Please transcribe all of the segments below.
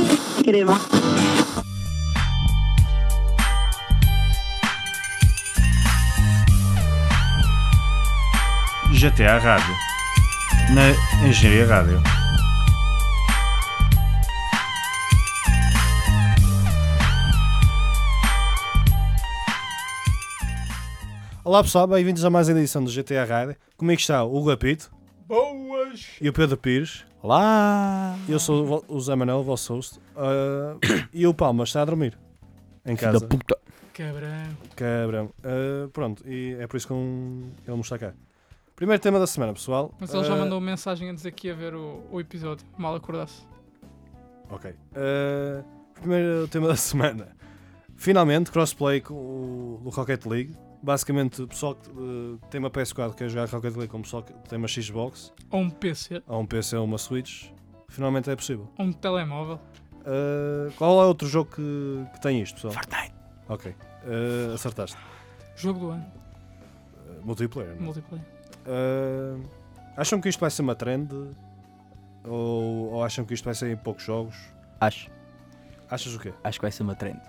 inscreva. GTA Rádio. Na Engenharia Rádio. Olá pessoal, bem-vindos a mais uma edição do GTA Rádio. Comigo está o Lapito. Boas! E o Pedro Pires. Olá! Eu sou o vo- o Zé Manuel, o vosso host. Ah, e o Palmas está a dormir. Em Filho casa. da puta. Cabrão. Cabrão. Ah, pronto, e é por isso que um- ele não está cá. Primeiro tema da semana, pessoal. Mas ele já Ah, mandou uma mensagem a dizer que ia ver o, o episódio, mal acordasse. Ok. Eh, primeiro tema da semana. Finalmente, crossplay com o do Rocket League. Basicamente, o pessoal que eh, tem uma PS4 quer jogar Rocket League com o pessoal que tem uma Xbox, Ou um PC, ou um PC ou uma Switch. Finalmente é possível. ou um telemóvel. Eh, qual é outro jogo que, que tem isto, pessoal? Fortnite. Ok. Eh, acertaste. Jogo do ano, Eh, multiplayer. não é? multiplayer. Eh, acham que isto vai ser uma trend? Ou, ou acham que isto vai ser em poucos jogos? Acho, Achas o quê? acho que vai ser uma trend.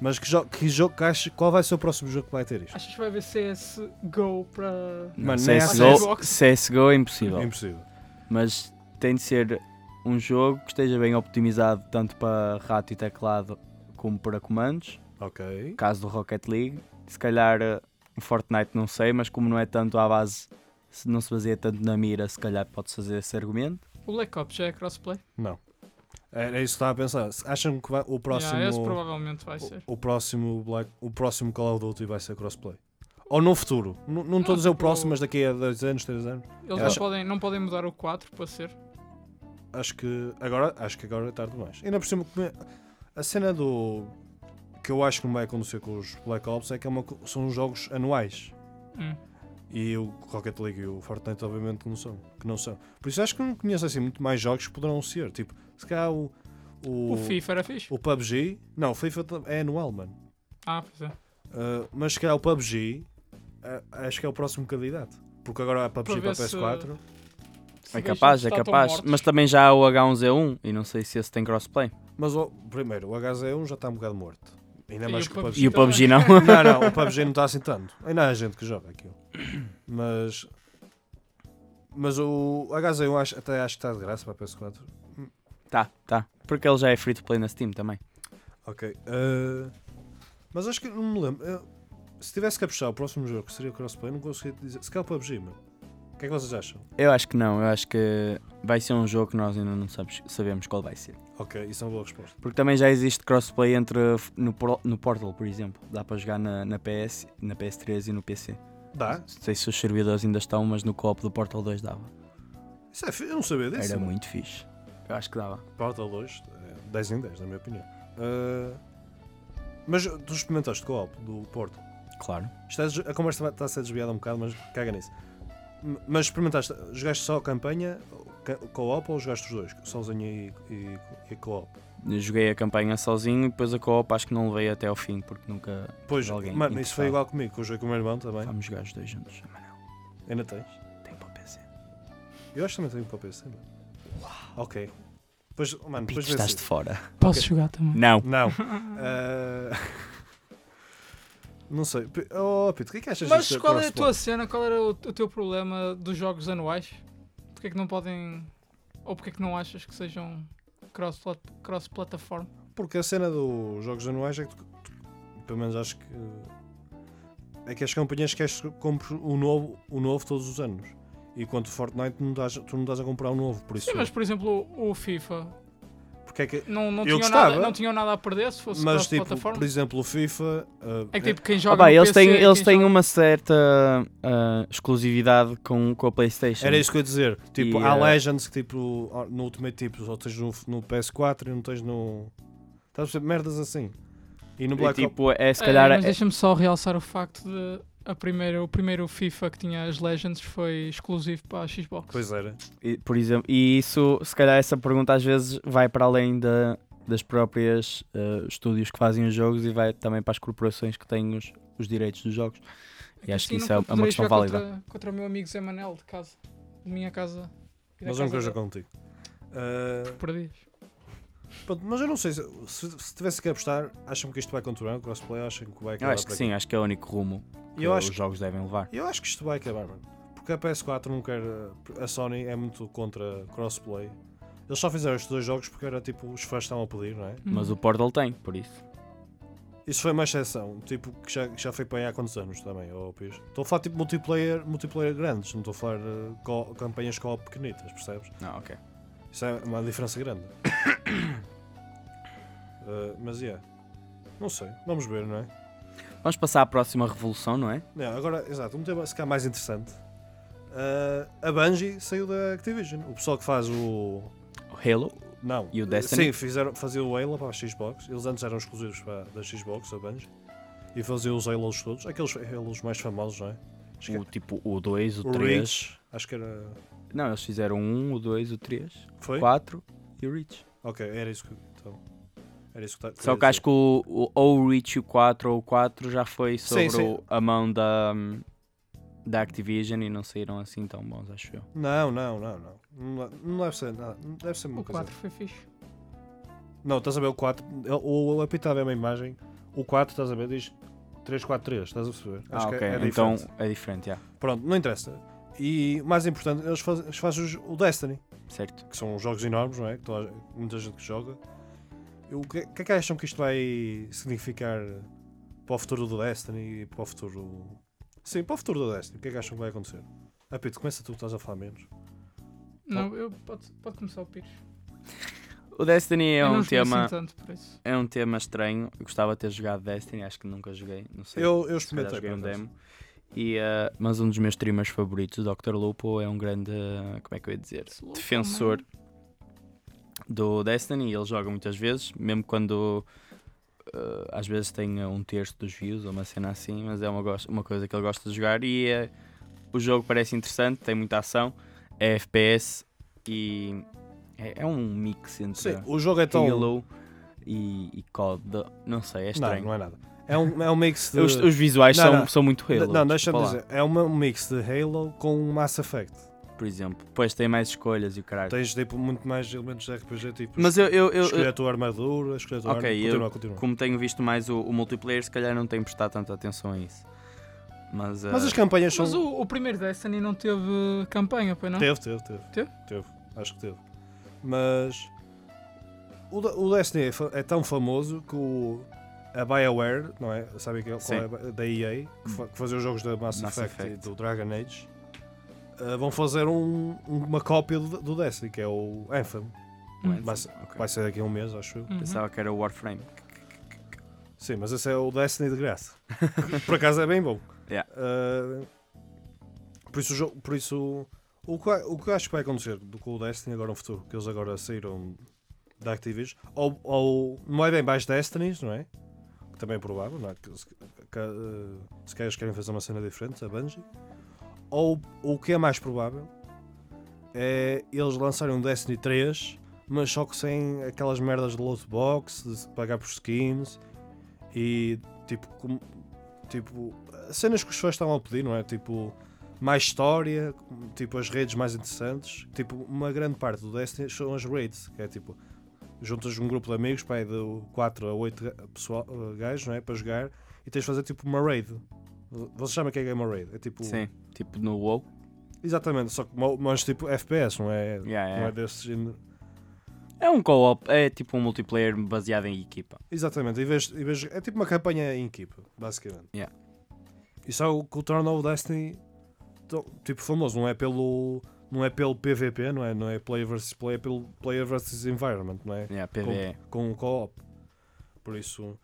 Mas que, jo que jogo que achas- qual vai ser o próximo jogo que vai ter isto? Achas que vai haver CSGO para. Mano, nem há CSGO, Xbox. CSGO é impossível. É impossível. Mas tem de ser um jogo que esteja bem optimizado tanto para rato e teclado como para comandos. Ok. No caso do Rocket League, se calhar eh, o Fortnite não sei, mas como não é tanto à base, se não se baseia tanto na mira, se calhar pode fazer esse argumento. O Black Ops já é crossplay? Não. Era isso que estava a pensar. Se Acham que vai- o próximo. Yeah, esse provavelmente vai ser. o, o próximo Black, o próximo Call of Duty vai ser crossplay? Ou no futuro? N- não estou a dizer o tipo- próximo, mas daqui a dois anos, três anos. Eles acho- não, podem, não podem mudar o 4 para ser. Acho que agora, acho que agora é tarde demais. Ainda por cima, como é- a cena do que eu acho que não vai acontecer com os Black Ops é que é uma co- são jogos anuais. Hum. E o Rocket League e o Fortnite, obviamente, não são. Que não são. Por isso acho que não conheço assim muito mais jogos que poderão ser. Tipo, se calhar o. O FIFA era fixe? O PUBG. Não, o FIFA tam- é anual, mano. Ah, pois é. Uh, mas se calhar o PUBG ah, acho que é o próximo candidato. Porque agora há PUBG Para para, ver se- PS4. Se É vejam capaz, se é está tão capaz. mortos. Mas também já há o H1Z1 e não sei se esse tem crossplay. Mas o- primeiro, o HZ1 já está um bocado morto. Ainda E mais o que o PUBG. E o PUBG né? não. Não, não, o PUBG não está assim tanto. Ainda há gente que joga aquilo. Mas. Mas o HZ1 acho, até acho que está de graça para PS4. tá, tá. Porque ele já é free to play na Steam também. Ok. uh, mas acho que não me lembro. Eu- se tivesse que apostar o próximo jogo que seria o crossplay, não conseguia dizer. Se calhar o PUBG, mano. O que é que vocês acham? Eu acho que não, eu acho que vai ser um jogo que nós ainda não sabes- sabemos qual vai ser. Ok, isso é uma boa resposta. Porque também já existe crossplay entre no, Pro- no Portal, por exemplo. Dá para jogar na, na PS, na PS3 e no PC. Dá? Não sei se os servidores ainda estão, mas no co-op do Portal 2 dava. Isso é, fi- eu não sabia disso. Era mano. muito fixe. Eu acho que dava. Portal 2, é, 10 em 10, na minha opinião. Ah, mas tu experimentaste co-op do Porto. Claro. Isto é des- a conversa está a ser desviada um bocado, mas caga nisso. M- Mas experimentaste, jogaste só a campanha, ca- co-op ou jogaste os dois? Sozinho e, e, e co-op? Eu Joguei a campanha sozinho e depois a co-op acho que não levei até ao fim porque nunca Pois, tive alguém. mano, isso foi interessado. igual comigo, que eu joguei com o meu irmão também. Vamos jogar os dois juntos. Mas Ainda tens? não, tem para o PC. Eu acho que também tenho um para PC, mano. Ok. Pois, mano, Pito, depois vê estás se- de fora. Posso jogar também. Não. Não. Ah, Não sei. P- Oh, Pito, o que é que achas Mas disto qual é a crossplay? tua cena? Qual era o, o teu problema dos jogos anuais? Porquê é que não podem. Ou porquê é que não achas que sejam cross-plat- cross-plataforma? Porque a cena dos jogos anuais é que tu, tu- pelo menos acho que é que as campanhas queres que compres o novo, o novo todos os anos. E quanto Fortnite tu não estás, tu não estás a comprar o novo, por isso. Sim, mas por exemplo, o, o FIFA. porque é que, Não, não, Eu tinham gostava. nada, não tinham nada a perder se fosse mas tipo, cross-plataforma. por exemplo, o FIFA. ah, É que tipo, quem Ah, joga. pá, no eles PC, têm, eles quem têm joga- uma certa ah, exclusividade com, com a PlayStation. é, era isso que eu ia dizer. Tipo, E, há ah, Legends que tipo, no Ultimate tipo, só tens no, no PS4 e não tens no. Estás a perceber? Merdas assim. E no E, Black Ops. tipo, é se É, calhar. mas é- deixa-me só realçar o facto de a primeira, o primeiro FIFA que tinha as Legends foi exclusivo para a Xbox. Pois era. e, por exemplo, e isso, se calhar, essa pergunta às vezes vai para além da, das próprias ah, estúdios que fazem os jogos e vai também para as corporações que têm os, os direitos dos jogos. É E acho que assim isso é nunca uma poderei questão jogar válida. Contra, contra o meu amigo Zé Manel de casa. De minha casa. e da Mas é uma casa coisa dele. contigo. Ah, Perdias. Pronto, mas eu não sei se, se, se tivesse que apostar, acham que isto vai continuar o crossplay? Acham que vai Eu acabar acho que por sim, acho que é o único rumo aqui? que Eu os acho, jogos devem levar. eu acho que isto vai acabar, mano. Porque a PS4 não quer. eh, A Sony é muito contra crossplay. Eles só fizeram estes dois jogos porque era tipo os fãs estavam a pedir, não é? Hum. Mas Uhum. o Portal tem, por isso. Isso foi uma exceção, tipo, que já, que já foi para aí há quantos anos também, ó Pires. Estou a falar tipo multiplayer, multiplayer grandes, não estou a falar eh, co- campanhas co-op pequenitas, percebes? Ah, ok. Isso é uma diferença grande. Eh, mas é. Não sei, vamos ver, não é? Vamos passar à próxima revolução, não é? Não, agora, exato, um tema se calhar mais interessante. Eh, a Bungie saiu da Activision. O pessoal que faz o. O Halo. Não. E o Destiny? Sim, fizeram, faziam o Halo para a Xbox. Eles antes eram exclusivos para, da Xbox, a Bungie. E faziam os Halos todos. Aqueles Halos mais famosos, não é? Acho que é O tipo o 2, o o 3. Reach. Acho que era. Não, eles fizeram um, o 2, o 3, Foi? o 4 e o Reach. Ok, era isso que. Então, era isso que tá- Só queria que acho dizer. que o, o, ou o Reach e o 4 ou o 4 já foi sobre Sim, sim. o- a mão da, hum, da Activision e não saíram assim tão bons, acho eu. Não, não, não, não. Não, não deve ser nada. não Deve ser uma O coisa. 4 foi fixe. Não, estás a ver o 4. O, o apito está a ver uma imagem. O 4, estás a ver, diz 343, estás a perceber? ah, ok. que é, é então diferente. é diferente, já. Pronto, não interessa. E o mais importante, eles fazem, eles fazem os- o Destiny, Certo. que são jogos enormes, não é? Que toda a- muita gente que joga. E O que, o que é que acham que isto vai significar para o futuro do Destiny e para o futuro. Sim, para o futuro do Destiny, o que é que acham que vai acontecer? Apito, começa tu, estás a falar menos. Não, eu, pode, pode começar o Pires. O Destiny é eu não um joguei assim tema. tanto, por isso. É um tema estranho. Eu gostava de ter jogado Destiny, acho que nunca joguei. Não sei. Eu, eu Se calhar experimentei. joguei um por acaso. demo. E, eh, mas um dos meus streamers favoritos, o Dr. Lupo, é um grande. eh, Como é que eu ia dizer? Slow Defensor do Destiny e ele joga muitas vezes, mesmo quando eh, às vezes tem eh, um terço dos views ou uma cena assim, mas é uma, gos- uma coisa que ele gosta de jogar e eh, o jogo parece interessante, tem muita ação, é FPS e é, é um mix entre Sim, o jogo é tão. Halo e, e COD, não sei, é Não, estranho. não é nada. É um, é um mix de. Os, os visuais Não, são, não. são muito Halo. não, deixa-me desculpa lá. dizer. É uma- um mix de Halo com um Mass Effect. por exemplo. Pois tem mais escolhas e o caralho. Tens tipo, muito mais elementos de RPG, tipo. Mas eu, eu, eu- escolher eu- a tua armadura, escolher a tua Ok, arma. eu- Continua, continua. como tenho visto mais o, o multiplayer, se calhar não tenho prestado tanta atenção a isso. Mas, Mas eh, as campanhas são. Mas o, o primeiro Destiny não teve campanha, pois não? Teve, teve, teve. Teve? Acho que teve. Mas. O, da- o Destiny é, fa- é tão famoso que o. A BioWare, não é? Sabem que é, Sim. qual é a Bi- da EA, que, fa- que fazia os jogos da Mass, Mass Effect, e Effect. do Dragon Age, eh, vão fazer um- uma cópia do, do Destiny, que é o Anthem. não é? Hum. Mas- Ok. Vai ser daqui a um mês, acho eu. Uhum. Pensava que era o Warframe. Sim, mas esse é o Destiny de graça. por acaso é bem bom. Yeah. Uh, por isso, o jogo- por isso o, que, vai- o que eu acho que vai acontecer do- com o Destiny agora no futuro, que eles agora saíram da Activision, ou, ou não é bem mais Destinies, não é? Que também é provável, não é? Que, se, que, uh, se calhar eles querem fazer uma cena diferente, a Bungie. Ou o que é mais provável é eles lançarem um Destiny 3, mas só que sem aquelas merdas de loot box, de se pagar por skins e tipo, com- tipo cenas que os fãs estavam a pedir, não é? Tipo, mais história, tipo as redes mais interessantes. Tipo, uma grande parte do Destiny são as raids, que é tipo, juntas um grupo de amigos, pai, de 4 a 8 ga- pessoal, eh, gajos, não é? Para jogar e tens de fazer tipo uma raid. Vocês sabem o que é que é uma raid? É tipo. Sim, tipo no WoW. Exatamente, só que mo- mas tipo FPS, não é? Yeah, Não é. é desse género. É um co-op, é tipo um multiplayer baseado em equipa. Exatamente, em vez, em vez- é tipo uma campanha em equipa, basicamente. Yeah. Isso é o que o torna o Destiny tão- tipo famoso, não é pelo não é pelo PVP, não é, não é player versus player, é pelo player versus environment, não é? Yeah, PvE. Com o co-op. Por isso,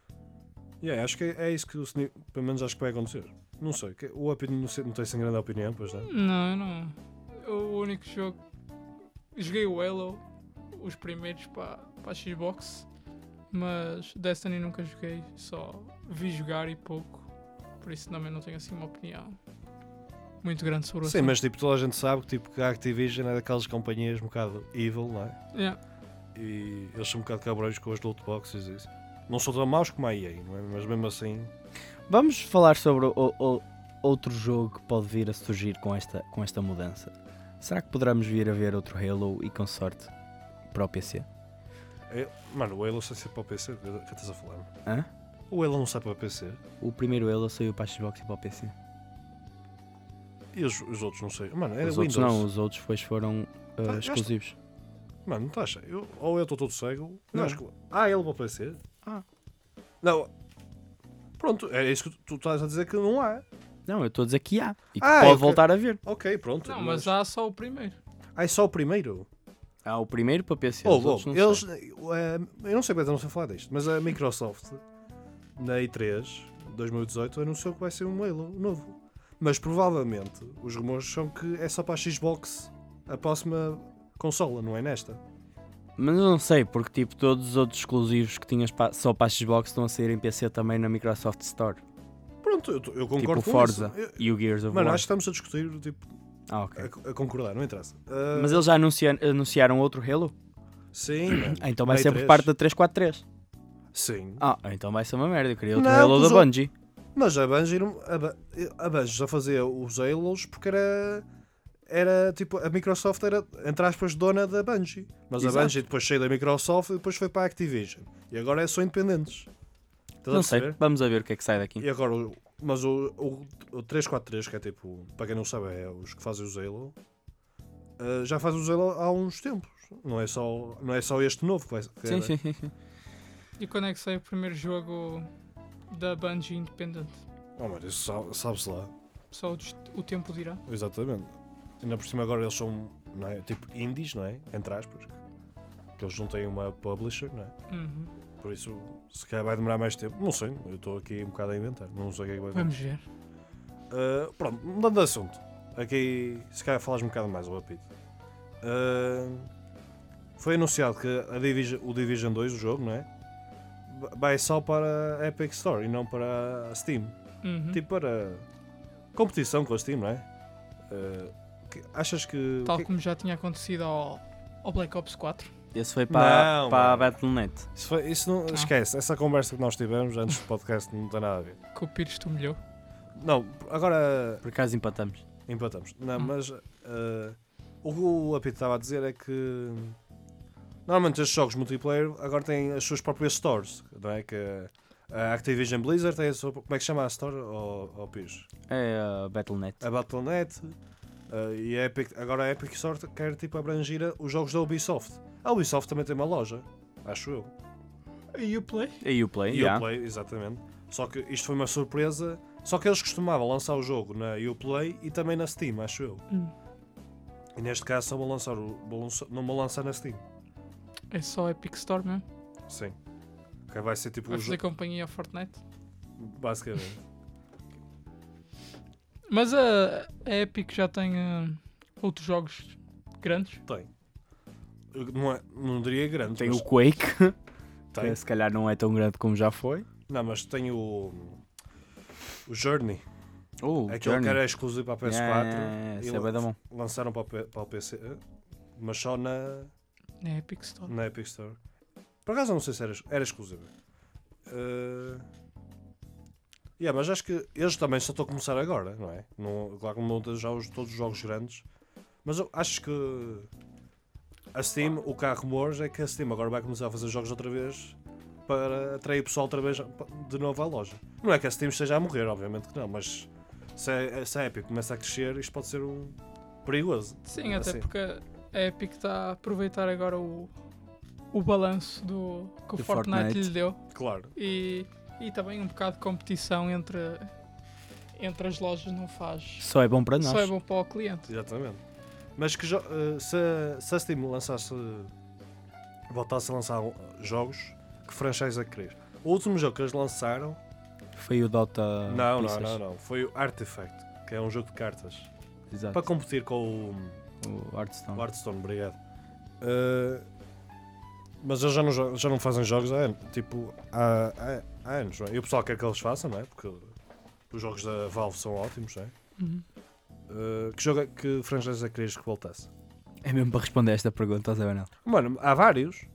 yeah, acho que é isso que o Sni- pelo menos acho que vai acontecer. Não sei, que- o Apid não, sei- não tem sem grande opinião, pois não. Não, eu não. Eu, o único jogo. Joguei o Halo, os primeiros para a Xbox, mas Destiny nunca joguei, só vi jogar e pouco, por isso também não tenho assim uma opinião muito grande sobre o assim. Sim, assunto. mas tipo, toda a gente sabe que, tipo, que a Activision é daquelas companhias um bocado evil, não é? Yeah. e eles são um bocado cabrões com as loot boxes e isso. Não são tão maus como a EA, não é? mas mesmo assim. Vamos falar sobre o- o- outro jogo que pode vir a surgir com esta, com esta mudança. Será que poderemos vir a ver outro Halo e consorte para o PC? É- Mano, o Halo só sai para o PC, o que é que estás a falar? Hã? O Halo não sai para o PC. O primeiro Halo saiu para a Xbox e para o PC. E os, os outros não sei. Mano, era os Windows. outros não, os outros depois foram uh, Tá, eu acho- exclusivos. Mano, não estás. Eu, ou eu estou todo cego. Não. Não. Acho que... Ah, ele para o PC. Ah. Não. Pronto, é isso que tu- tu estás a dizer que não há. Não, eu estou a dizer que há. E que Ah, eu pode que- voltar a ver. Ok, pronto. Não, mas há só o primeiro. Ah, é só o primeiro? Há Ah, o primeiro para PC. Ou, os outros ou, não Oh, eles, sei. eh, eu não sei bem, eu não sei falar disto, mas a Microsoft, na E3 2018, anunciou que vai ser um Halo novo. Mas provavelmente os rumores são que é só para a Xbox a próxima consola, não é nesta. Mas eu não sei, porque tipo, todos os outros exclusivos que tinhas pa- só para a Xbox estão a sair em PC também na Microsoft Store. Pronto, eu, tô- eu concordo tipo o com Forza isso. Eu- e o Gears of Mano, War. acho que estamos a discutir, tipo, Ah, ok. a, a concordar, não interessa. Ah, Mas eles já anuncia- anunciaram outro Halo? Sim, mano. Ah, então vai Na ser por E3. parte da 343. Sim. Ah, então vai ser uma merda. Eu queria outro Não, Halo da os outros- Bungie. Mas a Bungie, não- a, Ba- a Bungie já fazia os Halos porque era. Era tipo, a Microsoft era, entre aspas, dona da Bungie. Mas a Exato. Bungie depois saiu da Microsoft e depois foi para a Activision. E agora é só independentes. Estás a Não sei, perceber? vamos a ver o que é que sai daqui. E agora, o- mas o, o, o 343, que é tipo, para quem não sabe, é os que fazem o Halo, eh, já faz o Halo há uns tempos. Não é só, não é só este novo que vai que é Sim, era- sim, sim, sim. E quando é que sai o primeiro jogo da Bungie Independent? Oh, mas isso sa- sabe-se lá. Só o, dest- o tempo dirá. Exatamente. Ainda por cima agora eles são não é, tipo indies, não é? Entre aspas. Que eles não têm uma publisher, não é? Uhum. Por isso, se calhar vai demorar mais tempo. Não sei, eu estou aqui um bocado a inventar. Não sei o que é que vai Vamos ver. Ah, pronto, mudando de assunto. Aqui, se calhar falas um bocado mais, o apito. Ah, foi anunciado que a Division, o Division 2, o jogo, não é? Va- Vai só para a Epic Store e não para a Steam Uhum. tipo para competição com a Steam, não é? Eh, que- achas que. Tal que- como já tinha acontecido ao, ao Black Ops 4. Esse foi para, Não, para a mano. Battle.net. Isso, foi- isso Ah. não. Esquece, essa conversa que nós tivemos antes do podcast não tem nada a ver. Que o Pires tu melhor. Não, agora Por acaso empatamos. empatamos. Não, Hum. mas. eh, o que o Apito estava a dizer é que. Normalmente estes jogos multiplayer agora têm as suas próprias stores, não é? Que a Activision Blizzard tem a sua. Como é que chama a store? Ou, ou Pires? É a Battle.net. a Battle.net eh, e a Epic, agora a Epic Store quer tipo abrangir a- os jogos da Ubisoft. A Ubisoft também tem uma loja, acho eu. E o Play? E o Play, E já. Uplay, exatamente. Só que isto foi uma surpresa. Só que eles costumavam lançar o jogo na Uplay e também na Steam, acho eu. Hum. E neste caso só vão lançar, o, vão lançar- não vão lançar na Steam. É só Epic Store mesmo. Sim. Que vai ser tipo o Vai fazer jogo. companhia ao Fortnite. Basicamente. Mas a, a Epic já tem ah, outros jogos grandes. tem. Não, é- não diria grande. Tem mas o Quake, tem. que se calhar não é tão grande como já foi. Não, mas tem o. O Journey. Oh, o Aquele é Journey. que era exclusivo para a PS4. Yeah, yeah, yeah, e isso é bué da bom. lançaram para o, P- para o PC, mas só na, É Epic Store. na Epic Store. Por acaso eu não sei se era, ex- era exclusiva. Eh, yeah, mas acho que eles também só estão a começar agora, não é? Não, claro que não tem já os, todos os jogos grandes, mas eu acho que a Steam, o que há rumores é que a Steam agora vai começar a fazer jogos outra vez para atrair pessoal outra vez de novo à loja. Não é que a Steam esteja a morrer, obviamente que não, mas se a, se a Epic começa a crescer, isto pode ser um perigoso. Sim, Ah, até porque a Epic está a aproveitar agora o, o balanço do, que o Do Fortnite, Fortnite. lhe deu. Claro. E, e também um bocado de competição entre, entre as lojas não faz. Só é bom para nós. Só é bom para o cliente. Exatamente. Mas que jo- eh, se, se a Steam lançasse. voltasse a lançar eh, jogos, que franchise é que querias? O último jogo que eles lançaram. Foi o Dota. não, não, Pixels. não, não. Foi o Artifact, que é um jogo de cartas. Exato. Para competir com O o, Hearthstone. o Hearthstone, obrigado. Eh, mas eles já não, jo- já não fazem jogos há, an- tipo, há, há- há anos, não é? E o pessoal quer que eles façam, não é? Porque os jogos da Valve são ótimos, não é? Uhum. Eh, que jogo é que franchise é que querias que voltasse? É mesmo para responder esta pergunta, ó Zé Manel. Mano, há vários.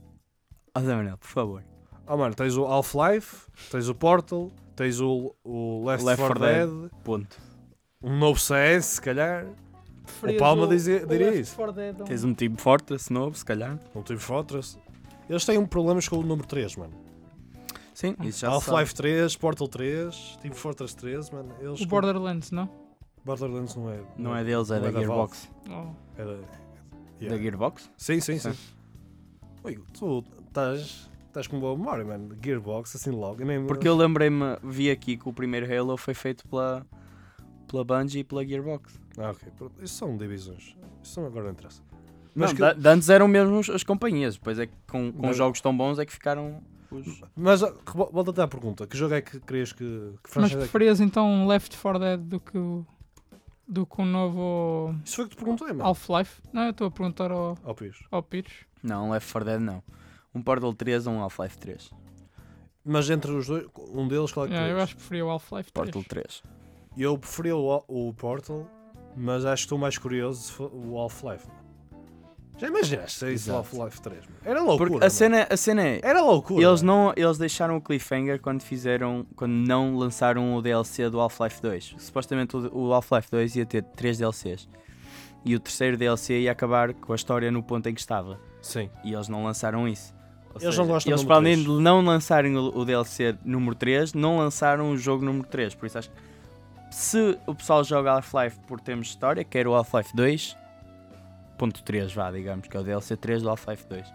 Ó Zé Manel, por favor. Oh mano, tens o Half-Life, tens o Portal, tens o, o Left, Left 4 4 Dead, Ponto. um novo CS, se calhar. Preferias Palma dizia- diria Left isso. 4 Dead a um- Tens um time forte, se novo, se calhar. Não tive Fortress. Eles têm um problemas com o número 3, mano. Sim, isso já se sabe. Half-Life 3, Portal 3, Team Fortress 3, mano. Eles O Borderlands, não? Borderlands não é. Não é deles, é Não da é da Gearbox. Oh. Era... Da Yeah. Gearbox? Sim, sim, sim. Oi, tu estás estás com boa memória, mano. Gearbox, assim logo. Eu nem- Porque eu lembrei-me, vi aqui que o primeiro Halo foi feito pela, pela Bungie e pela Gearbox. Ah, ok. Pronto, Isso são divisões. Isso não- agora não interessa. Mas Mas não, que- da- de antes eram mesmo os- as companhias, depois é que com, com Mas- jogos tão bons é que ficaram os. Mas ah, rebo- volta-te à pergunta. Que jogo é que querias que, que Mas franchise é que- preferias então um Left 4 Dead do que o, do que o novo Isso foi o que te perguntei, mano. Half-Life? Não, eu estou a perguntar ao, Ao Pires. ao Pires. Não, um Left 4 Dead não. Um Portal 3 ou um Half-Life 3. Mas entre os dois, um deles, qual é que Yeah, eu querias? acho que preferia o Half-Life 3. Portal 3. Eu preferi o, o Portal, mas acho que estou mais curioso se for o Half-Life. mano. Já imaginaste se é isso o Exato. Half-Life 3? mano? Era loucura. Porque a mano. cena, a cena é. Era loucura. Eles, mano. não, eles deixaram o cliffhanger quando fizeram. Quando não lançaram o DLC do Half-Life 2. Supostamente o, o Half-Life 2 ia ter 3 DLCs. E o terceiro DLC ia acabar com a história no ponto em que estava. Sim. E eles não lançaram isso. Ou Eles não gostam do eles número para além três. de não lançarem o, o DLC número 3, não lançaram o jogo número 3. Por isso acho que se o pessoal joga Half-Life por termos de história, quer o Half-Life 2, ponto 3, vá, digamos, que é o DLC 3 do Half-Life 2.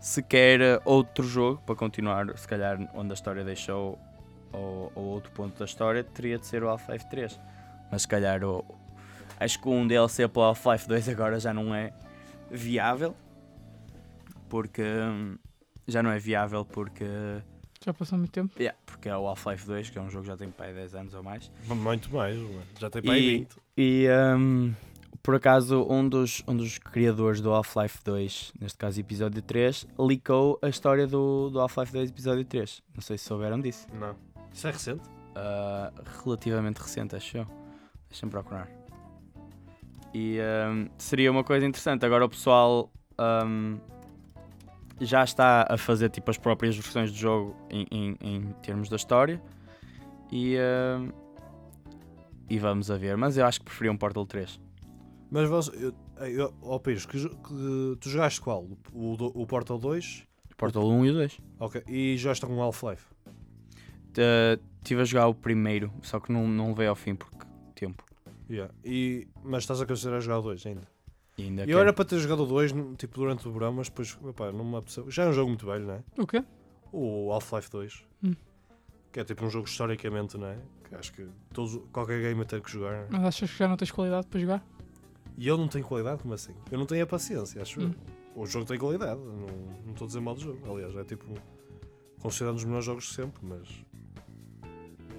Se quer eh, outro jogo, para continuar, se calhar, onde a história deixou, ou, ou outro ponto da história, teria de ser o Half-Life 3. Mas se calhar, o- acho que um DLC para o Half-Life 2 agora já não é viável porque hum, já não é viável porque, Já passou muito tempo. yeah, porque é o Half-Life 2, que é um jogo que já tem para aí 10 anos ou mais. Muito mais, mano. Já tem para aí E- 20. E hum, por acaso um dos, um dos criadores do Half-Life 2, neste caso episódio 3, leakou a história do, do Half-Life 2 episódio 3. Não sei se souberam disso. Não. Isso é recente? Ah, relativamente recente, acho eu. Deixa-me procurar. E hum, seria uma coisa interessante. Agora o pessoal hum, já está a fazer tipo as próprias versões do jogo em, em- em termos da história. E, hum, e vamos a ver. Mas eu acho que preferia um Portal 3. Mas você. Eu, eu, ó, Pires, que, jo- que- tu jogaste qual? O, do- o Portal 2? Portal 1 e o 2. Ok. E jogaste com Half-Life? Estive Ah, a jogar o primeiro, só que não, não levei ao fim porque tempo. Yeah. E, mas estás a considerar jogar o 2 ainda? E ainda Eu quero- era para ter jogado o 2 no- tipo, durante o verão, mas depois, opá, não me apeteceu. Já é um jogo muito velho, não é? O quê? O Half-Life 2. Hum. Que é tipo um jogo historicamente, não é? Que acho que todos, qualquer gamer tem que jogar. Mas achas que já não tens qualidade para jogar? E eu não tenho qualidade, como assim? Eu não tenho a paciência, acho Hum. eu. O jogo tem qualidade, não não estou a dizer mal do jogo. Aliás, é tipo considerado um dos melhores jogos de sempre, mas.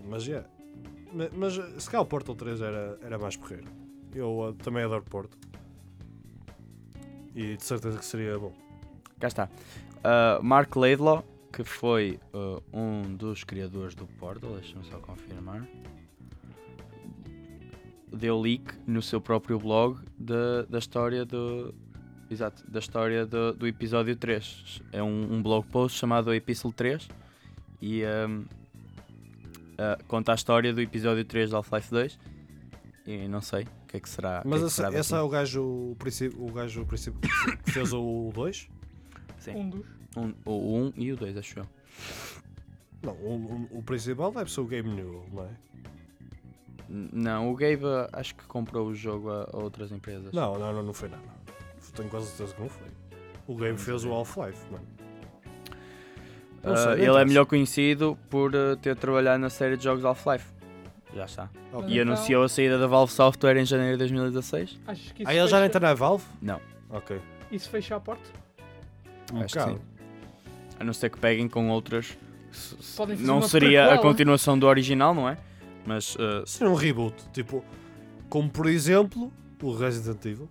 Mas é. Ma- Mas, se calhar o Portal 3 era, era mais porreiro. Eu ah, também adoro Porto. E de certeza que seria bom. Cá está. Uh, Mark Laidlaw, que foi uh, um dos criadores do Portal, deixa-me só confirmar. Deu leak no seu próprio blog da- da história do. Exato, da história do, do episódio 3. É um, um blog post chamado Epistle 3 e um, uh, conta a história do episódio 3 de Half-Life 2. E não sei o que é que será. o que Mas é que esse, será esse é daqui. o gajo, o, princi- o gajo principal que fez o 2? Sim. Um dos. Um- o 1 e o 2, acho eu. Não, o, o- o principal deve ser o Game New, não é? N- Não, o Gabe ah, acho que comprou o jogo a a outras empresas. Não, não, não, não foi nada. Tenho quase certeza que não foi. O game Vamos fez ver. o Half-Life, mano. Ah, Não sei, não ele é interessa. melhor conhecido por ah, ter trabalhado na série de jogos Half-Life. Já está. Ok. E Então- anunciou a saída da Valve Software em janeiro de 2016. Achas que isso, Ah, ele já fecha, nem está na Valve? Não. Ok. isso fecha a porta? Um Acho que bocado. A não ser que peguem com outras. S- s- Podem fazer Não uma seria a prequela. continuação do original, não é? Mas ah, Seria um reboot, tipo, como por exemplo o Resident Evil.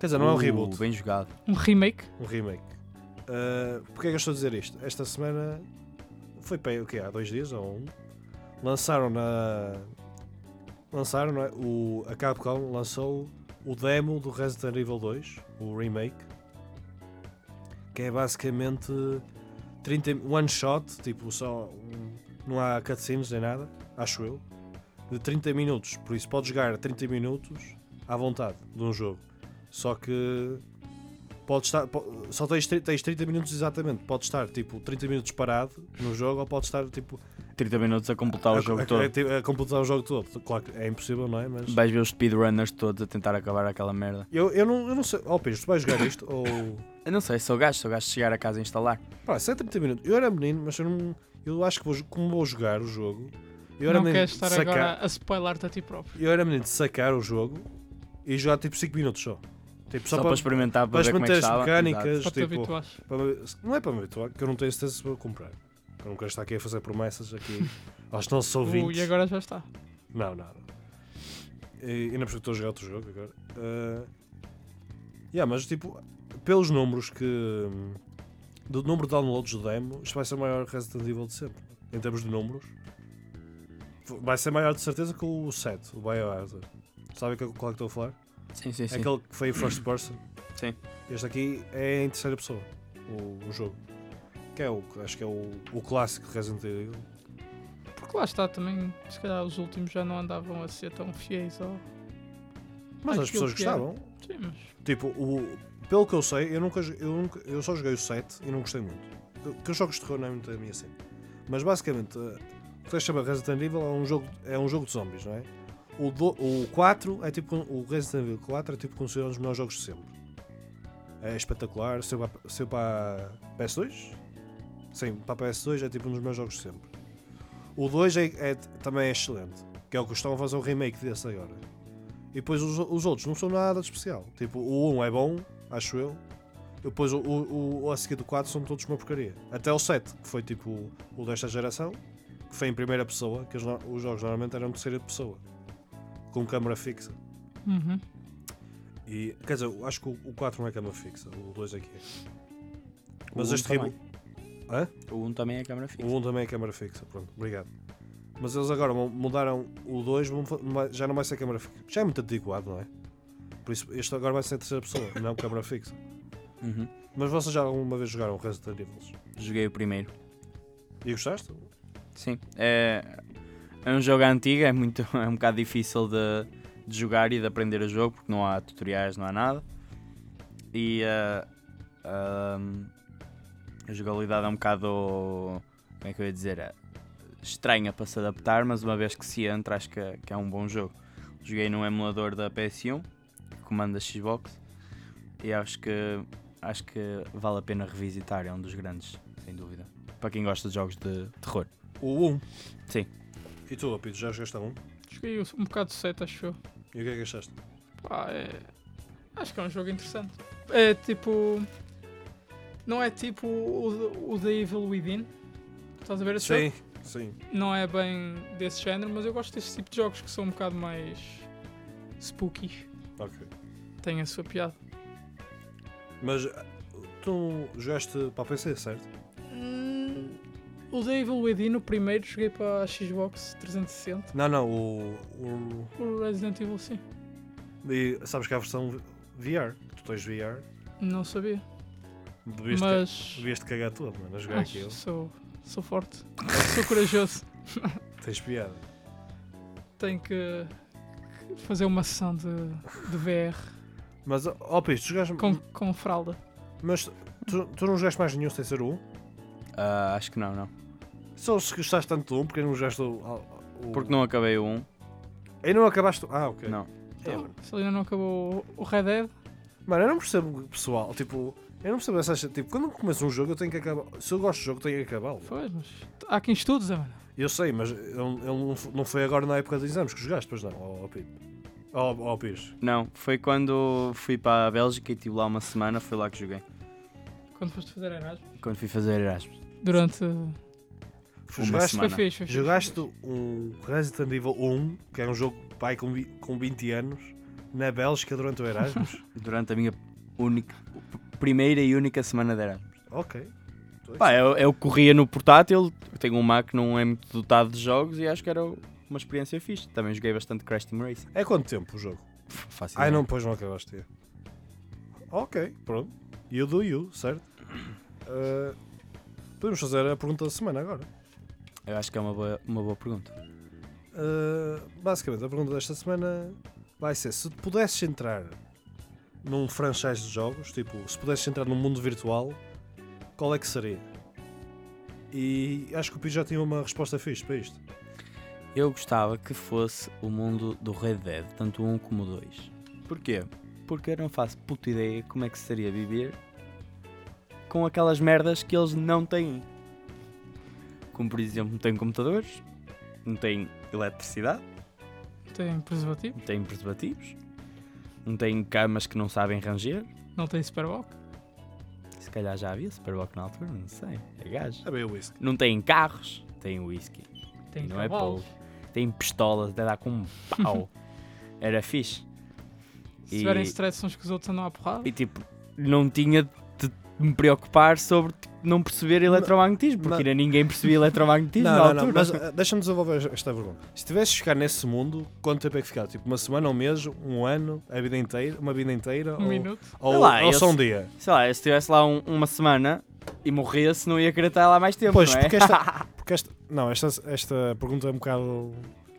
Quer dizer, não é um uh, reboot, Bem jogado. Um remake? um remake. Ah, Porquê é que eu estou a dizer isto? Esta semana foi para o quê? Há dois dias ou um? Lançaram na. Lançaram, não é? O, a Capcom lançou o demo do Resident Evil 2, o remake, que é basicamente 30, mi- one shot, tipo, só. um- não há cutscenes nem nada, acho eu, de 30 minutos. Por isso, podes jogar 30 minutos à vontade de um jogo. Só que Pode estar, po- só tens, tri- tens 30 minutos exatamente. Pode estar tipo 30 minutos parado no jogo ou pode estar tipo 30 minutos a completar Tá o a- jogo a, todo. a- tipo, a completar o jogo todo. Claro que é impossível, não é? Mas Vais ver os speedrunners todos a tentar acabar aquela merda. eu, eu, não, eu não sei. Oh, Pedro, tu vais jogar isto ou. Eu não sei, sou gajo, sou gajo de chegar a casa e instalar. Pá, se é 30 minutos. Eu era menino, mas eu não. Eu acho que vou, como vou jogar o jogo. Eu era não menino queres de estar sacar. agora a spoiler-te a ti próprio. Eu era menino de sacar o jogo e jogar tipo 5 minutos só. Tipo, Só, só, para experimentar, para para, ver como é experimentar que as estava. mecânicas, Exato. Para te tipo, habituares. para me- não é para me habituar, que eu não tenho certeza se vou comprar. Eu não quero estar aqui a fazer promessas aqui aos nossos Uh, e ouvintes. agora já está. Não, não. E, ainda porque estou a jogar outro jogo agora. Ah, yeah, mas tipo, pelos números que. Do número de downloads do demo, isto vai ser o maior Resident Evil de sempre. Em termos de números. Vai ser maior de certeza que o 7, o Biohazard. Sabe qual qual é que estou a falar? Sim, sim, sim. É aquele que foi first person. Sim. Este aqui é em terceira pessoa, o, o jogo. Que é o, acho que é o, o clássico de Resident Evil. Porque lá está também, se calhar os últimos já não andavam a ser tão fiéis ao. Mas as àquilo pessoas que é. era. gostavam. Sim, mas. Tipo, o, pelo que eu sei, eu, nunca, jo- eu, nunca- eu só joguei o 7 e não gostei muito. Eu- Que os jogos de terror não é muito a minha cena. Mas basicamente, eh, o que se chama Resident Evil é um jogo, é um jogo de zombies, não é? O, do, o 4 é tipo. O Resident Evil 4 é tipo considerado um dos melhores jogos de sempre. É espetacular. Seu para, seu para a PS2? Sim, para a PS2 é tipo um dos melhores jogos de sempre. O 2 é, é- também é excelente. Que é o que estão a fazer um remake desse agora. E depois os, os outros não são nada de especial. Tipo, o 1 é bom, acho eu. E Depois o, o, o a seguir do 4 são todos uma porcaria. Até o 7, que foi tipo o desta geração, que foi em primeira pessoa, que os, no- os jogos normalmente eram terceira pessoa, com câmera fixa. Uhum. E, quer dizer, eu acho que o, o 4 não é câmera fixa, o 2 aqui é. Mas O um este também. reboot. Hã? O 1 também é a câmera O fixa. 1 também é câmara fixa, pronto, obrigado. Mas eles agora mu- mudaram o 2, vão fa- não vai- já não vai ser câmara fixa. Já é muito antiguado, não é? Por isso, este agora vai ser a terceira pessoa, não é um câmara fixa. Uhum. Mas vocês já alguma vez jogaram Resident Evil? Joguei o primeiro. E gostaste? Sim. É, é um jogo antigo, é, muito, é um bocado difícil de, de jogar e de aprender o jogo, porque não há tutoriais, não há nada. E eh, ahm, a jogabilidade é um bocado. Como é que eu ia dizer? É Estranha para se adaptar, mas uma vez que se entra, acho que, que é um bom jogo. Joguei num emulador da PS1, que comanda Xbox, e acho que, acho que vale a pena revisitar. É um dos grandes, sem dúvida. Para quem gosta de jogos de terror. O 1? Sim. E tu, Apito, já jogaste a 1? Joguei um bocado cedo, acho eu. E o que é que achaste? Pá, é... Acho que é um jogo interessante. É tipo. Não é tipo o, o The Evil Within. Estás a ver esse jogo? Sim. Não é bem desse género, mas eu gosto desse tipo de jogos que são um bocado mais. spooky. Ok. Tem a sua piada. Mas ah, tu jogaste para a PC, certo? Hum, O The Evil Within, o primeiro, joguei para a Xbox 360. Não, não, o. o- O Resident Evil, sim. e sabes que há a versão VR, que tu tens VR, Não sabia. devias, ca- mas. devias te cagar todo, mano, a jogar acho aquilo. que sou, sou forte. sou corajoso. Tens piada. Tenho que que fazer uma sessão de, de VR Mas, ó oh, Pires, tu jogaste. com, com fralda. Mas tu, tu não jogaste mais nenhum sem ser o 1? Ah, acho que não, não. Só se gostaste tanto do 1, porque não jogaste o. o- Porque não acabei o 1. Aí não acabaste. o- Ah, ok. Não. É, Então, mano. se ainda não acabou o Red Dead, Mano, eu não percebo o pessoal, tipo, eu não percebo essa tipo, quando eu começo um jogo eu tenho que acabar. Se eu gosto do jogo, tenho que acabá-lo. pois, mas há quem estude, Zé, mano. Eu sei, mas ele, ele não f- não foi agora na época dos exames que jogaste, pois não, ó oh, Pires. Ó oh, Pires. Não, foi quando fui para a Bélgica e estive lá uma semana, foi lá que joguei. Quando foste fazer Erasmus. Quando fui fazer Erasmus. Durante. Uma Jogaste, Foi semana. fixe, foi fixe. jogaste um Resident Evil 1, que é um jogo pai com, vi- com 20 anos, na Bélgica durante o Erasmus. Durante a minha única, primeira e única semana de Erasmus. ok. Pá, eu, eu corria no portátil, tenho um Mac, não é muito dotado de jogos e acho que era uma experiência fixe. Também joguei bastante Crash Team Racing. É quanto tempo o jogo? F- Fácil. Ai não, pois não acabaste. é. Ok, pronto. You do you, certo? Ah, podemos fazer a pergunta da semana agora. Eu acho que é uma boa, uma boa pergunta. Eh, Uh, basicamente, a pergunta desta semana vai ser: se pudesses entrar num franchise de jogos, tipo, se pudesses entrar num mundo virtual, qual é que seria? E acho que o Pito já tinha uma resposta fixe para isto. Eu gostava que fosse o mundo do Red Dead, tanto um como o dois. Porquê? Porque eu não faço puta ideia como é que seria viver com aquelas merdas que eles não têm. Como por exemplo, não têm computadores, não têm eletricidade, Tem preservativo, não têm preservativos, não têm camas que não sabem ranger. não tem superbock. Se calhar já havia Superbock na altura, não sei. É gajo. É bem o whisky. Não têm carros, têm whisky. Tem Não é cavalos. Têm pistolas, até dá com um pau. Era fixe. Se E- tiverem stress uns com os outros andam à porrada. E tipo, não tinha de me preocupar sobre tipo, não perceber eletromagnetismo, porque mas- ainda ninguém percebia eletromagnetismo na Não, não, não, altura. mas ah, deixa-me desenvolver esta pergunta. Se tivesse chegar nesse mundo, quanto tempo é que ficava? Tipo, uma semana, um mês, um ano, a vida inteira, uma vida inteira? Um ou, minuto. Ou, Sei lá, ou eu só um se- dia? Sei lá, se estivesse lá um- uma semana e morresse, não ia querer estar lá mais tempo, Pois, não é? porque esta, porque esta. Não, esta, esta pergunta é um bocado.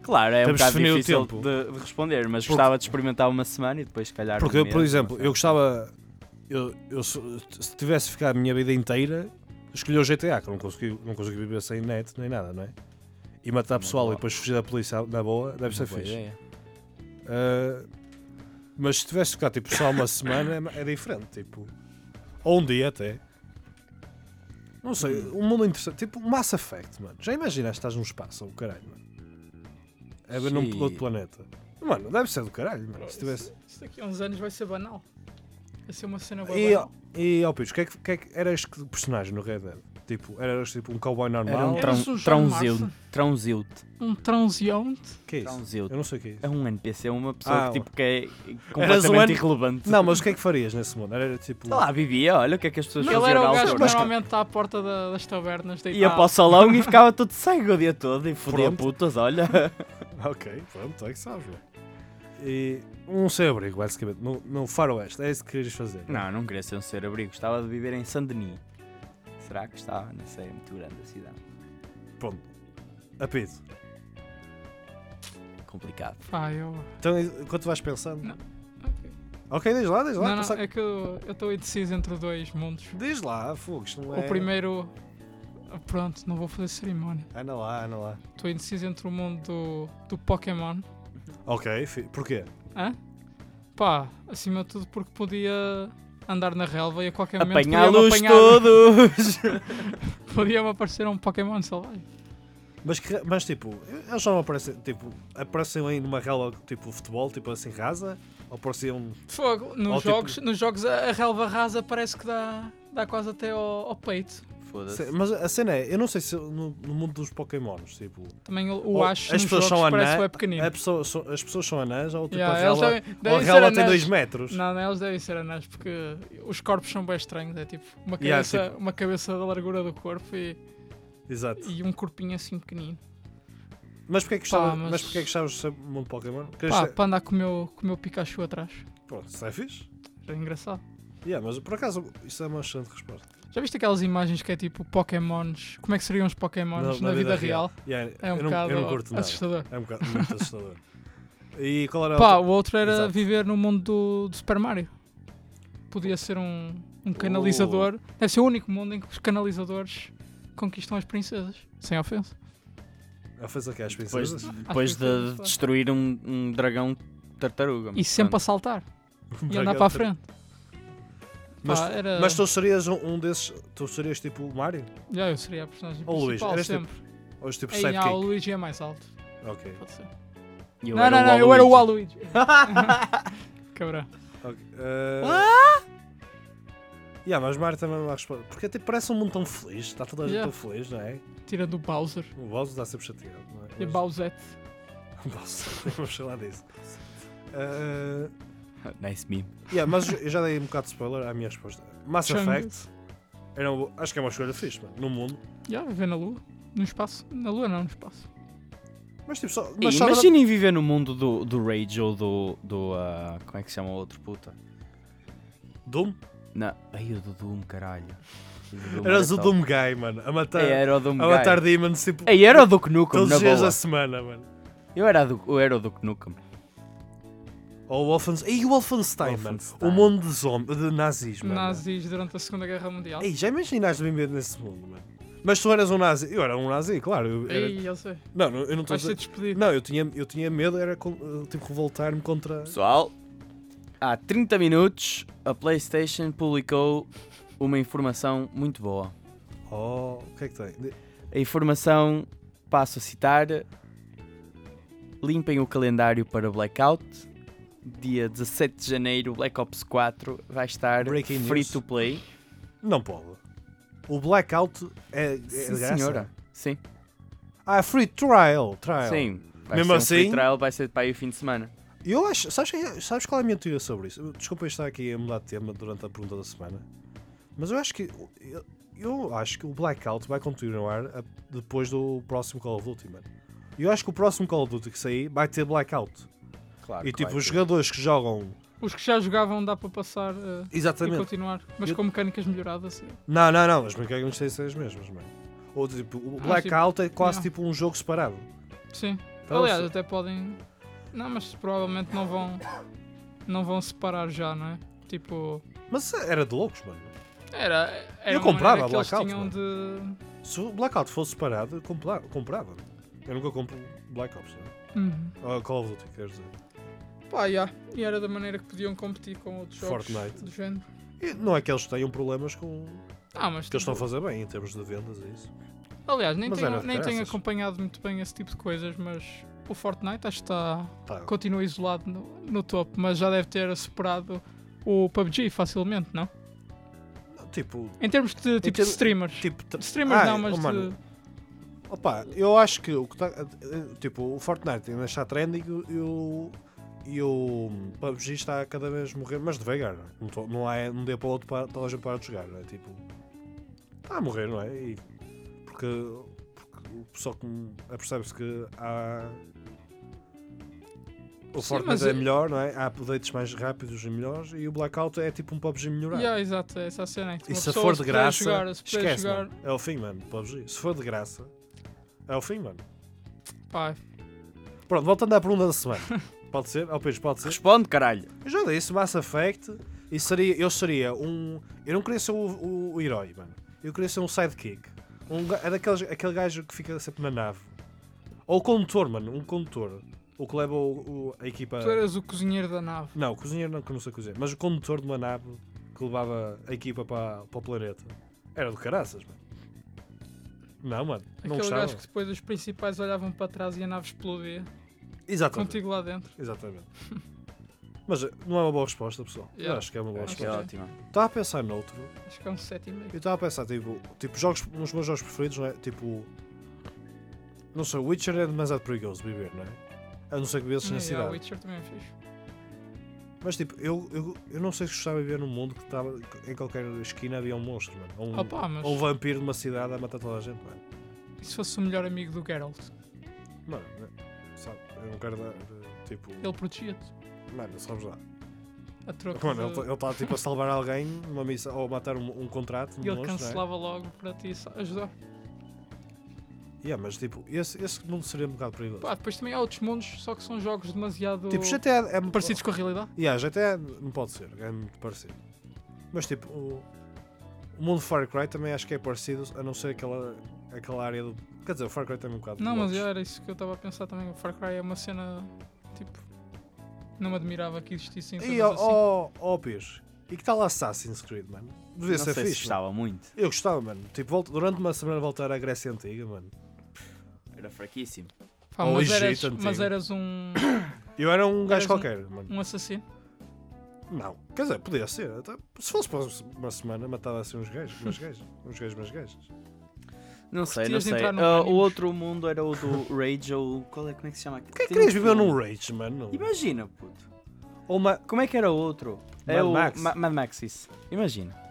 Claro, é um Temos de bocado definir o difícil tempo. de, de responder, mas Porque- gostava de experimentar uma semana e depois, se calhar. Porque, um eu, mês, por exemplo, não sei. eu gostava. Eu, eu se se tivesse de ficar a minha vida inteira, escolhi o GTA, que eu não consegui, não consegui viver sem net nem nada, não é? E matar Uma pessoal e boa. depois fugir da polícia na boa, deve ser Uma boa fixe. ideia. Uh, mas se tivesse de ficar tipo, só uma semana é, é diferente, tipo. Ou um dia até. Não sei, Hum. um mundo interessante. Tipo Mass Effect, mano. Já imaginaste que estás num espaço, o caralho, mano. É ver num Sim. outro planeta. Mano, deve ser do caralho, mano. Se Isso- tivesse. Isso daqui a uns anos vai ser banal. Vai ser uma cena boa. E, e ó, Pires, o que é que, o que é que eras que personagem no Red Dead? Tipo, eras tipo um cowboy Era normal? um Eras trão, o John trãozilte. Marston. Trãozilte. Um transeunte. um O que é isso? Trãozilte. Eu não sei o que é isso. É um NPC, é uma pessoa Ah, que, tipo, que é um completamente N- irrelevante. Não, mas o que é que farias nesse mundo? Era tipo. Sei lá, vivia, olha o que é que as pessoas Ele faziam era na o gajo altura. que Mas- normalmente está à porta da- das tavernas. Ia deitado. para o salão e ficava todo cego o dia todo e fodia Pronto. putas, olha. Ok, pronto, é que sabes, mano. E um sem-abrigo, basicamente, no, no faroeste, é isso que querias fazer. Não, não queria ser um ser abrigo, gostava de viver em Saint-Denis. Será que estava? Não sei, é muito grande a cidade. Pronto. Apito. Complicado. Pá, eu. Então, enquanto vais pensando. Não. Ok, diz lá, diz lá. Não, não, pensa- é que eu eu estou indeciso entre dois mundos. Diz lá, fogo, isto não é. O primeiro. ah, Pronto, não vou fazer cerimónia. Anda lá, anda lá. Estou indeciso entre o mundo do, do Pokémon. Ok, fi... porquê? Hã? Pá, acima de tudo porque podia andar na relva e a qualquer momento podia-me Apanhá-los apanhar. todos! Podia-me aparecer um Pokémon selvagem. Mas, que- mas tipo, eles só não aparecem. Tipo, aparecem aí numa relva tipo futebol, tipo assim rasa? Ou apareciam. Fogo, nos Ou tipo- jogos, nos jogos a, a relva rasa parece que dá, dá quase até ao, ao peito. Foda-se. Mas a cena é, eu não sei se no, no mundo dos Pokémons, tipo. Também o, o ou Ash as nos pessoas jogos são parece que é anãs. pequenino. a pessoa- so- As pessoas são anãs ou tipo Yeah, a eles relva. devem- Ou a devem ser relva tem anãs. 2 metros. Não, não, eles devem ser anãs porque os corpos são bem estranhos. É tipo uma Yeah, cabeça, Uma cabeça da largura do corpo e, Exato. e um corpinho assim pequenino. Mas porquê é que gostavas, mas... mas- porquê que gostavas de ser mundo Pokémon? Queres Pá, ser- para andar com o meu, com o meu Pikachu atrás. Pronto, isso é fixe. Era engraçado. Yeah, mas por acaso, isso é uma excelente resposta. Já viste aquelas imagens que é tipo Pokémons? Como é que seriam os Pokémons na, vida, real? Yeah, É um é eu, não, bocado eu não curto nada. assustador. É um bocado muito assustador. E qual era Pá, o o outro era Exato. viver no mundo do, do Super Mario. Podia ser um, um canalizador. Oh. Deve ser o único mundo em que os canalizadores conquistam as princesas. Sem ofensa. Ah, outro? A fazer aqui às Depois, princesas? depois de princesas. destruir um, um dragão tartaruga. E sempre a saltar. E andar para a frente. Mas, Pá, é- era... mas tu serias um, um desses. Tu serias tipo o Mario? Já, eu seria a personagem Ou o Luís, principal eras tipo sempre. Ou és tipo Ei, ah, o sidekick? Luigi é mais alto. Ok. Pode ser. E eu não, era não, o não, eu era o Waluigi. Waluigi. Cabrão. ok. Eh, yeah, mas Mario também é uma resposta. Porque tipo, parece um mundo tão feliz. Está toda a gente Yeah. tão feliz, não é? Tira do Bowser. O Bowser está sempre chateado, não é? E Mas- Bowsette. Bowser, vamos falar disso. Eh, Nice meme. Yeah, mas eu já dei um bocado de spoiler à minha resposta. Mass Chang. Effect era um- acho que é uma escolha fixe, mano, no mundo. Já, viver na Lua. No espaço. Na Lua não, no espaço. Mas tipo, só. Mas Ei, só dá- Imaginem viver no mundo do, do Rage ou do. do ah, como é que se chama o outro puta? Doom? Não. Ai, o do Doom, caralho. O do Doom Eras o só- Doom Guy, mano, a matar, Ei, era o a Doom Guy. matar demons tipo, Ei, era o Duke Nukem, todos na os dias assim. boa. da semana, mano. Eu era, do, eu era o Duke Nukem. Ou o Wolfenstein. E o Wolfenstein, mano. Wolfenstein. O mundo de, zombi, de nazis, mano. nazis durante a Segunda Guerra Mundial. Ei, já imaginaste viver nesse mundo, mano. Mas tu eras um nazi. Eu era um nazi, claro. eu era- Ei, eu sei. Não, não, eu não estou a Vais ser dizer. despedido. Não, eu tinha, eu tinha medo, era con- eh, tipo revoltar-me contra. Pessoal, há 30 minutos a PlayStation publicou uma informação muito boa. Oh, o que é que tem? De- A informação, passo a citar: limpem o calendário para Blackout. Dia 17 de janeiro, Black Ops 4 vai estar Breaking free news. to play. Não pode. O blackout é. é Sim, de graça? senhora. Sim, Ah, free trial. trial. sim. Vai Ah, é Mesmo ser um assim- free trial, vai ser para aí o fim de semana. Eu acho. Sabes, quem é- sabes qual é a minha teoria sobre isso? Desculpa eu estar aqui a mudar de tema durante a pergunta da semana. Mas eu acho que. Eu, eu acho que o blackout vai continuar a- depois do próximo Call of Duty, mano. Eu acho que o próximo Call of Duty que sair vai ter blackout. Claro. e tipo, os jogadores que jogam. Os que já jogavam dá para passar eh, e Exatamente. continuar, mas Eu- com mecânicas melhoradas. Sim. Não, não, não, as mecânicas têm de ser as mesmas, mano. Ou tipo, o Ah, blackout é quase não. tipo um jogo separado. sim. Então, Aliás, se- até podem. Não, mas provavelmente não vão. Não vão separar já, não é? Tipo. Mas era de loucos, mano. Era. era Eu uma comprava maneira que eles Blackout, tinham mano. de. Se o blackout fosse separado, eu compla- comprava. Eu nunca compro Black Ops, né? Uhum. Ou Call of Duty, quer dizer. Pá, já. E era da maneira que podiam competir com outros jogos Fortnite. do género. E não é que eles tenham problemas com. Ah, mas que eles estão tipo, a fazer bem em termos de vendas e isso. Aliás, nem, Mas era tenho, de nem tenho graças. acompanhado muito bem esse tipo de coisas, mas o Fortnite acho que está, Tá. continua isolado no, no topo, mas já deve ter superado o PUBG facilmente, não? Tipo. Em termos de, tipo, de termos- streamers. Tipo. tra- De streamers Ah, não, mas oh, mano. de... Opa, eu acho que o que tá, eh, Tipo, o Fortnite ainda está trending e o. E o PUBG está a cada vez morrer, mas devagar. não é? Não, tô- não é um dia para o outro para toda a gente parar de jogar, não é? Tipo. Está a morrer, não é? E- porque, porque o pessoal que apercebe-se que há. O Sim, Fortnite mas é eu- melhor, não é? Há updates mais rápidos e melhores e o Blackout é tipo um PUBG melhorado. Yeah, exato, é essa a cena. é que E uma se pessoa, for de puder graça, jogar, se puder esquece, jogar, mano. É o fim, mano. PUBG. Se for de graça, é o fim, mano. pá, Pronto, voltando à pergunta da semana. Pode ser? Ao Pedro, pode ser? Responde, caralho. Eu já disse Mass Effect e seria, eu seria um. Eu não queria ser o, o- o herói, mano. Eu queria ser um sidekick. Um, ga- é daqueles, aquele gajo que fica sempre na nave. Ou o condutor, mano. Um condutor. O que leva o- o- a equipa. tu eras o cozinheiro da nave. Não, o cozinheiro não, que eu não sei cozinhar. Mas o condutor de uma nave que levava a equipa para, para o planeta. Era do caraças, mano. Não, mano. Não Aquele gostava. gajo que depois os principais olhavam para trás e a nave explodia. Exatamente. Contigo lá dentro. Exatamente. Mas eh, não é uma boa resposta, pessoal. Eu Yeah. acho que é uma boa Acho que resposta. é ótimo. Estava a pensar noutro. Acho que é um 7,5. Eu estava a pensar, tipo, tipo jogos, uns meus jogos preferidos, não é? Tipo. Não sei, Witcher é demasiado perigoso de viver, não é? A não ser que vivesses na Hum, yeah, cidade. Witcher também é fixe. Mas tipo, eu, eu, eu não sei se gostava de viver num mundo que estava. Em qualquer esquina havia um monstro, mano. Ou um, Opa, mas- ou um vampiro de uma cidade a matar toda a gente, mano. E se fosse o melhor amigo do Geralt? Mano, né? sabe? Eu não quero dar. eh, Tipo. Ele protegia-te. Mano, sabes lá. A troca Mano, de- ele está tipo a salvar alguém numa missão, ou a matar um, um contrato. num E ele monstro, não é? cancelava logo para ti sa- ajudar. Yeah, mas tipo, esse, esse mundo seria um bocado perigoso. Pá, depois também há outros mundos, só que são jogos demasiado tipo, GTA é muito parecidos com a realidade. Yeah, GTA não pode ser, é muito parecido. Mas tipo, o, o mundo de Far Cry também acho que é parecido, a não ser aquela, aquela área do. Quer dizer, o Far Cry tem um bocado Não, de mas modos. era isso que eu estava a pensar também. O Far Cry é uma cena, tipo, não me admirava que existissem E cenas ó, assim. ó, ó, Pires, e que tal Assassin's Creed, mano? Devia Não ser sei se fixe. mano. gostava muito. Eu gostava, mano. Tipo, volta- durante uma semana voltar à Grécia Antiga, mano. Era fraquíssimo. Pá, ao mas, eras, Egito antigo. mas eras um, Eu era um Eras gajo um- qualquer, mano. um assassino. Não, quer dizer, podia ser. até- se fosse para uma semana, matava assim uns gajos, uns gajos, uns gajos, uns gajos. Não sei, Curtias não de sei. entrar num Ah, ânimo? o outro mundo era o do Rage ou. Qual é, como é que se chama? Porquê Tipo que querias um viver num Rage, mano? Imagina, puto. Ou uma- Como é que era o outro? é Mad o Max. Ma- Mad Max, isso. Imagina.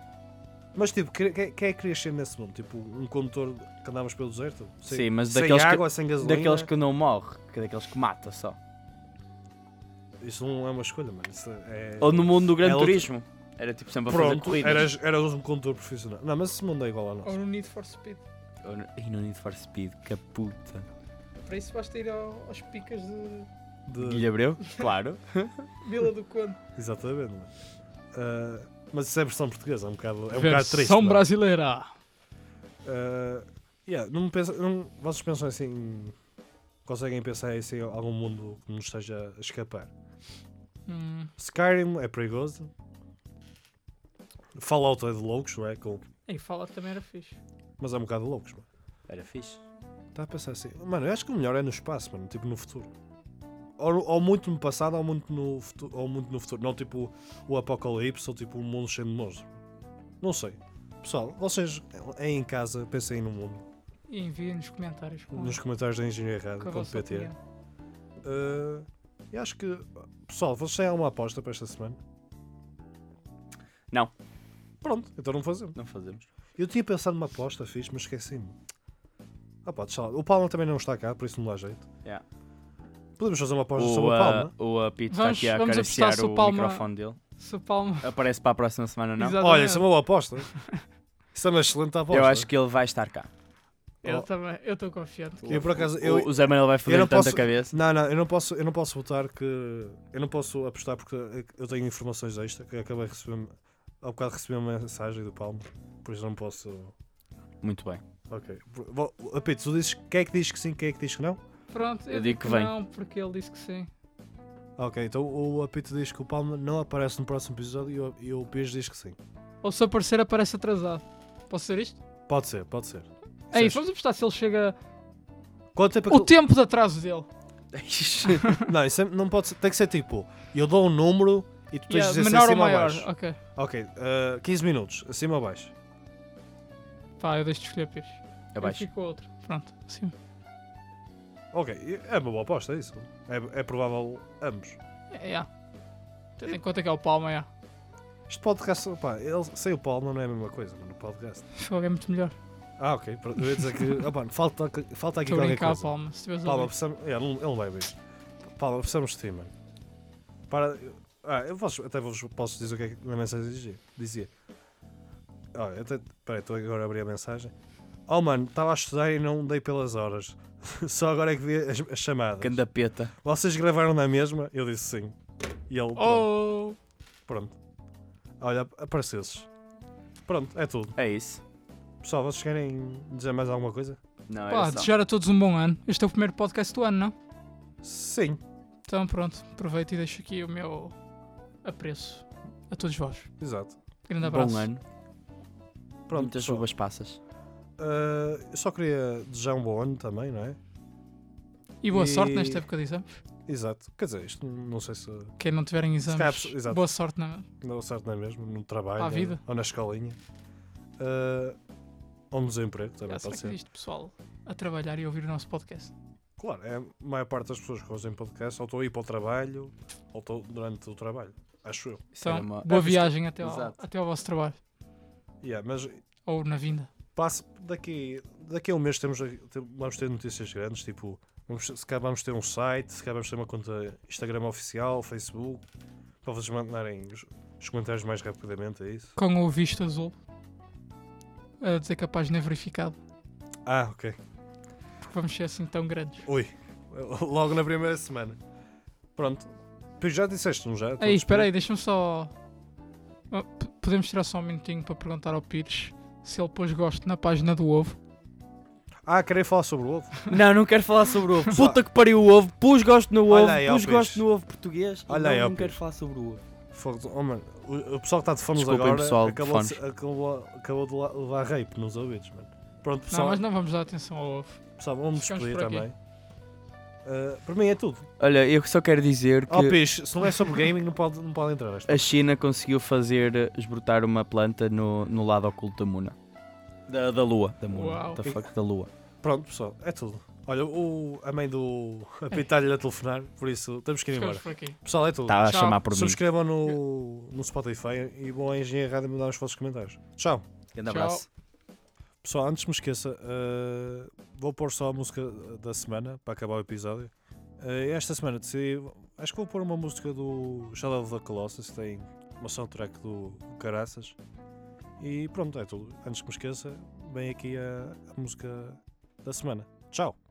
Mas tipo, quem que, que é que querias ser nesse mundo? Tipo, um condutor que andavas pelo deserto? Sem- Sim, mas sem daqueles que- água, sem gasolina. Daqueles que não morre, que é daqueles que mata só. Isso não é uma escolha, mano. Isso é... Ou no mundo do Gran É outro- Turismo. Era tipo sempre a fazer Pronto, corridas. eras, eras um condutor profissional. Não, mas esse mundo é igual ao Ou nosso. no Need for Speed. Ou no- E no Need for Speed, que puta. Para isso basta ir ao- aos picas de de- Guilherme Abreu, claro. Vila do Conde. Exatamente. não é? Ah, mas isso é versão portuguesa, é um bocado, é um bocado triste. Versão não é? brasileira. Ah, yeah, não pensa, não, vocês pensam assim. Conseguem pensar assim em algum mundo que nos esteja a escapar? Hum, Skyrim é perigoso. Fallout é de loucos, não é? Com- E fala também era fixe. mas é um bocado de loucos, mano. Era fixe. Está a pensar assim. Mano, eu acho que o melhor é no espaço, mano. Tipo no futuro. Ou, no- ou muito no passado, ou muito no, futuro, ou muito no futuro. Não tipo o apocalipse, ou tipo um mundo cheio de monstros. Não sei. Pessoal, vocês aí em casa pensem no mundo. E envia nos comentários com Nos comentários da com a vossa engenharia.pt. opinião. Uh, eu acho que. Pessoal, vocês têm alguma aposta para esta semana? Não. Pronto, então não fazemos. Não fazemos. Eu tinha pensado numa aposta, fiz, mas esqueci-me. Ah, pá, deixa lá. O Palma também não está cá, por isso não dá jeito. Yeah. Podemos fazer uma aposta O, sobre o Palma? uh, o uh, Pete está Vamos- aqui a vamos acariciar apostar se o o Palma- microfone dele. Se o Palma. Aparece para a próxima semana, não? Exatamente. Olha, isso é uma boa aposta. Isso é uma excelente aposta. Eu acho que ele vai estar cá. Eu Oh. também, eu estou confiante. Eu, por acaso, O- eu- o Zé Manuel vai foder não tanta posso- cabeça. Não, não, eu não posso, eu não posso votar que. Eu não posso apostar porque eu tenho informações extra que acabei de receber. Há bocado recebi uma mensagem do Palma, por isso não posso. Muito bem. Ok. Vou- Apito, tu dizes quem é que diz que sim, quem é que diz que não? Pronto, eu, Eu digo digo que vem. Não, porque ele disse que sim. Ok, então o Apito diz que o Palma não aparece no próximo episódio e o- e o Pires diz que sim. Ou se aparecer, aparece atrasado. Posso ser isto? Pode ser, pode ser. É isso, Certo. vamos apostar se ele chega. Quanto tempo é O que... tempo de atraso dele. Não, isso é- não pode ser. Tem que ser tipo, eu dou um número e tu tens Yeah, de dizer se é menor ou acima ou maior. baixo. Ok. Ok, eh, 15 minutos, acima ou baixo. Pá, eu deixo de escolher Pires. É Abaixo. Eu fico com outro. Pronto, sim. Ok, é uma boa aposta, é isso. É, é provável ambos. É, yeah. Tendo em conta que é o Palma, é. Este podcast, pá, ele, sem o Palma não é a mesma coisa, mano, o podcast. Fogo é muito melhor. Ah, ok, pronto, eu ia dizer que, opá, falta, falta aqui Estou a qualquer brincar, coisa. Palma. Se tiveres Palma, ouvido. precisamos. É, ele não vai abrir. Palma, precisamos de ti, mano. Para. Ah, eu vos, até vos posso dizer o que é que na mensagem dizia. dizia. Olha, até. Peraí, estou agora a abrir a mensagem. Oh, mano, estava a estudar e não dei pelas horas. Só agora é que vi as, as chamadas. Candapeta. Vocês gravaram na mesma? Eu disse sim. E ele. Pronto. Oh! pronto. Olha, aparecesses. Pronto, é tudo. É isso. Pessoal, vocês querem dizer mais alguma coisa? Não, era Pá, só. desejar a todos um bom ano. Este é o primeiro podcast do ano, não? Sim. Então pronto, aproveito e deixo aqui o meu apreço a todos vós. Exato. Grande abraço. Bom ano. Pronto. Muitas pessoal. uvas passas. Ah, eu só queria desejar um bom ano também, não é? E boa sorte E- nesta época de exames. Exato. Quer dizer, isto não sei se Quem não tiverem calhar, exames, exato. boa sorte na. deu certo, não é mesmo? No trabalho À ou- vida. ou na escolinha. Ah, ou no desemprego também Ah, será pode que ser. existe pessoal a trabalhar e ouvir o nosso podcast? Claro, é a maior parte das pessoas que ouvem podcast ou estão a ir para o trabalho ou estão durante o trabalho. Acho eu. Isso Então, era uma- Ah, boa viagem até ao, Exato. até ao vosso trabalho. Yeah, mas Ou na vinda. passo daqui, daqui a um mês temos, tem- vamos ter notícias grandes, tipo, vamos, se calhar vamos ter um site, se calhar vamos ter uma conta Instagram oficial, Facebook, para vocês mandarem os, os comentários mais rapidamente, é isso? Com o visto azul. A dizer que a página é verificada. Ah, ok. Porque vamos ser assim tão grandes. Ui, logo na primeira semana. Pronto. Pois já disseste, não já? Ei, espera aí, deixa-me só. Ah, p- Podemos tirar só um minutinho para perguntar ao Pires se ele pôs gosto na página do ovo. Ah, queria falar sobre o ovo. Não, não quero falar sobre o ovo. Pessoal. Puta que pariu o ovo. Pus gosto no Olha ovo. aí, ó, Pus peixe. gosto no ovo português. e Olha não, aí, ó, não quero peixe. falar sobre o ovo. Fogo de- oh, mano, o, o pessoal que está de fones Desculpem, agora pessoal de acabou, de, fones. acabou, acabou de la- levar rape nos ouvidos, mano. Pronto, Não, pessoal, mas não vamos dar atenção ao ovo. pessoal vamos ficamos despedir por aqui. também. Ah, para mim é tudo. Olha, eu só quero dizer que Ó peixe, se não é sobre gaming, não pode, não pode entrar. nesta. a China conseguiu fazer eh, esbrotar uma planta no, no lado oculto da Muna. Da, da Lua. Da Muna. Uau. Da fuck da Lua. Pronto, pessoal, é tudo. Olha, o, a mãe do Apitalho a telefonar, por isso temos que ir Ficamos embora. por aqui. Pessoal, é tudo. Está Tá a Tchau. chamar por mim. Subscrevam no, no Spotify e vão à Engenharia Rádio mandar os vossos comentários. Tchau. Grande Tchau. abraço. Pessoal, antes me esqueça, eh, vou pôr só a música da semana para acabar o episódio. Eh, esta semana decidi, acho que vou pôr uma música do Shadow of the Colossus, que tem uma soundtrack do Caraças. E pronto, é tudo. Antes que me esqueça, vem aqui a, a música da semana. Tchau!